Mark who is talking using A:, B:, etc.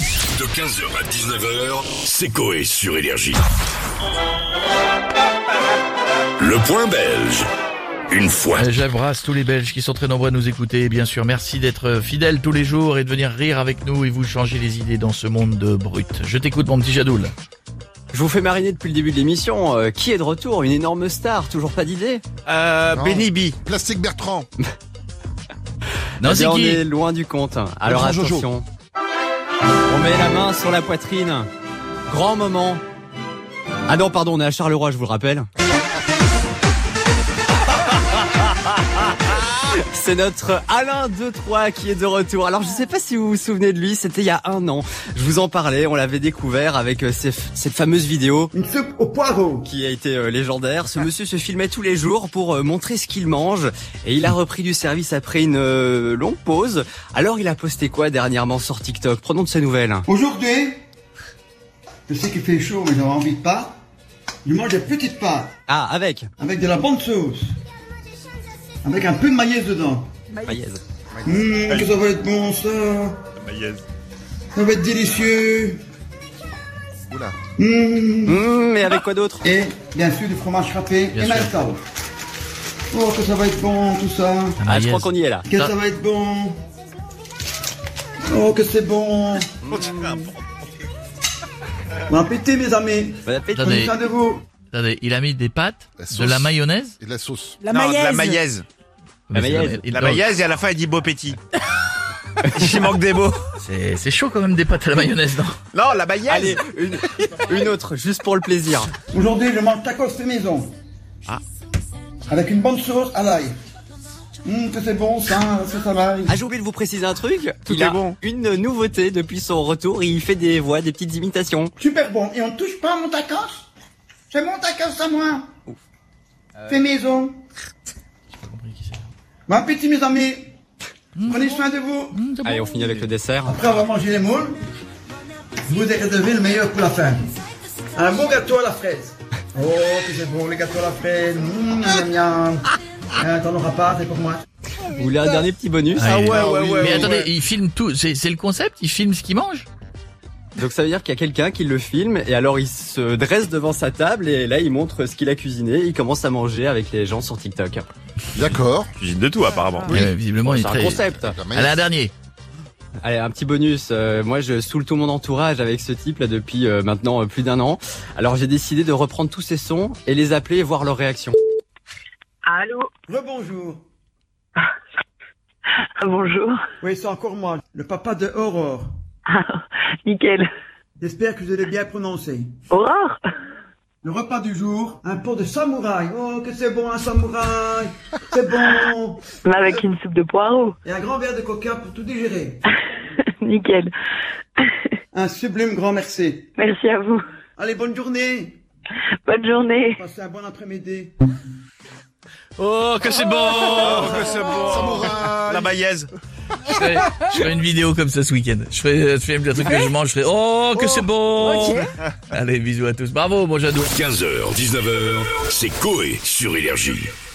A: De 15h à 19h, c'est Coé sur Énergie. Le point belge. Une fois.
B: Euh, J'embrasse tous les Belges qui sont très nombreux à nous écouter. Et bien sûr, merci d'être fidèles tous les jours et de venir rire avec nous et vous changer les idées dans ce monde de brut. Je t'écoute, mon petit Jadoul.
C: Je vous fais mariner depuis le début de l'émission. Euh, qui est de retour Une énorme star, toujours pas d'idée
D: Euh,
E: Non.
D: Benny B.
E: Plastique Bertrand.
B: Non, c'est
C: Eh bien, On
B: qui
C: est loin du compte. Alors
E: grand Jojo.
C: attention. On met la main sur la poitrine. Grand moment. Ah non, pardon, on est à Charleroi, je vous le rappelle. C'est notre Alain 23 qui est de retour. Alors je sais pas si vous vous souvenez de lui, c'était il y a un an. Je vous en parlais, on l'avait découvert avec euh, ces- cette fameuse vidéo
F: Une soupe au poireau.
C: qui a été euh, légendaire.
D: Ah.
C: Ce monsieur se filmait tous les jours pour euh, montrer ce qu'il mange et il a repris du service après une euh, longue pause. Alors il a posté quoi dernièrement sur TikTok Prenons de ses nouvelles.
F: Aujourd'hui, je sais qu'il fait chaud, mais j'avais envie de pâtes. Je mange des petites pâtes
C: Ah, avec
F: avec de la bonne sauce. Avec un peu de mayonnaise dedans.
C: Maïs.
F: Mmh, que ça va être bon ça. Ça va être délicieux.
E: Oula.
F: Mmh.
C: Mmh, mais avec quoi d'autre
F: Et bien sûr du fromage frappé
B: Bien
F: et
B: sûr.
F: maïsao. Oh que ça va être bon tout ça.
C: Ah, je
B: Maïs.
C: crois qu'on y est là.
F: Que
B: Ça-
F: ça va être bon. Oh que c'est bon. Bon appétit mes amis.
C: Bon appétit.
B: Attendez.
F: Prenez soin de vous.
B: Attendez, il a mis des pâtes,
E: La
B: de
E: sauce.
B: la mayonnaise.
E: Et de la sauce.
G: La
D: non, de la
G: maillesse.
D: maillesse.
B: Mais c'est
C: mayonnaise.
B: il-
D: La
B: donc,
D: maillesse et à la fin, il dit beau pétit. Il manque des mots.
B: C'est c'est chaud quand même des pâtes à la mayonnaise, non
D: Non, la maillesse.
C: Allez, une, une autre, juste pour le plaisir.
F: Aujourd'hui, je mange tacos fait maison. Avec une bonne sauce à l'ail. Hum, que c'est bon, ça, ça, ça l'ail.
C: Ah, j'ai oublié de vous préciser un truc.
D: Tout
C: il
D: est
C: a
D: bon.
C: une nouveauté depuis son retour. Il fait des voix, des petites imitations.
F: Super bon. Et on ne touche pas à mon tacos C'est mon tacos à moi. Euh. Fait maison. Bon appétit, mes amis. Prenez soin de vous.
C: Allez, on finit avec le dessert.
D: Ah
F: Après avoir mangé les moules, vous réservez le meilleur pour la fin. Un bon gâteau à la fraise. Oh, que c'est bon, les gâteaux à la fraise. Hum, miam, miam. Euh, T'en auras pas, c'est pour moi.
C: Vous voulez un dernier petit bonus
B: ouais,
E: ouais, ouais,
B: Ah, Mais
E: ouais.
B: attendez, il filme tout. C'est c'est le concept Il filme ce qu'il mange
C: Donc ça veut dire qu'il y a quelqu'un qui le filme et alors il se dresse devant sa table et là il montre ce qu'il a cuisiné, il commence à manger avec les gens sur TikTok.
E: D'accord.
D: Cuisine de tout, apparemment.
B: Euh, Visiblement, Oh, il est
C: C'est un
B: très...
C: concept.
E: La
B: Allez, un
E: mayonnaise.
B: dernier.
C: Allez, un petit bonus. Euh, moi je saoule tout mon entourage avec ce type là depuis euh, maintenant euh, plus d'un an. Alors j'ai décidé de reprendre tous ces sons et les appeler et voir leur réaction.
H: Allô,
F: Rebonjour.
H: bonjour,
F: Oui, c'est encore moi, le papa de Aurore.
H: nickel.
F: J'espère que je l'ai bien prononcé.
H: Aurore
F: Le repas du jour, un pot de samouraï. Oh, que c'est bon un samouraï C'est bon
H: Mais Avec une soupe de poireaux,
F: Et un grand verre de coca pour tout digérer.
H: nickel.
F: Un sublime grand merci.
H: Merci à vous.
F: Allez, bonne journée
H: Bonne journée.
F: Passez un bon après-midi.
B: Oh, que c'est bon
D: Oh, que c'est bon.
E: Samouraï.
D: La maillesse.
B: je, ferai, je ferai une vidéo comme ça ce week-end. Je ferai, je ferai le truc que je mange. Je ferai Oh, que c'est bon Allez, bisous à tous. Bravo, mon Jadou.
A: 15h, 19h, c'est Coé sur Énergie.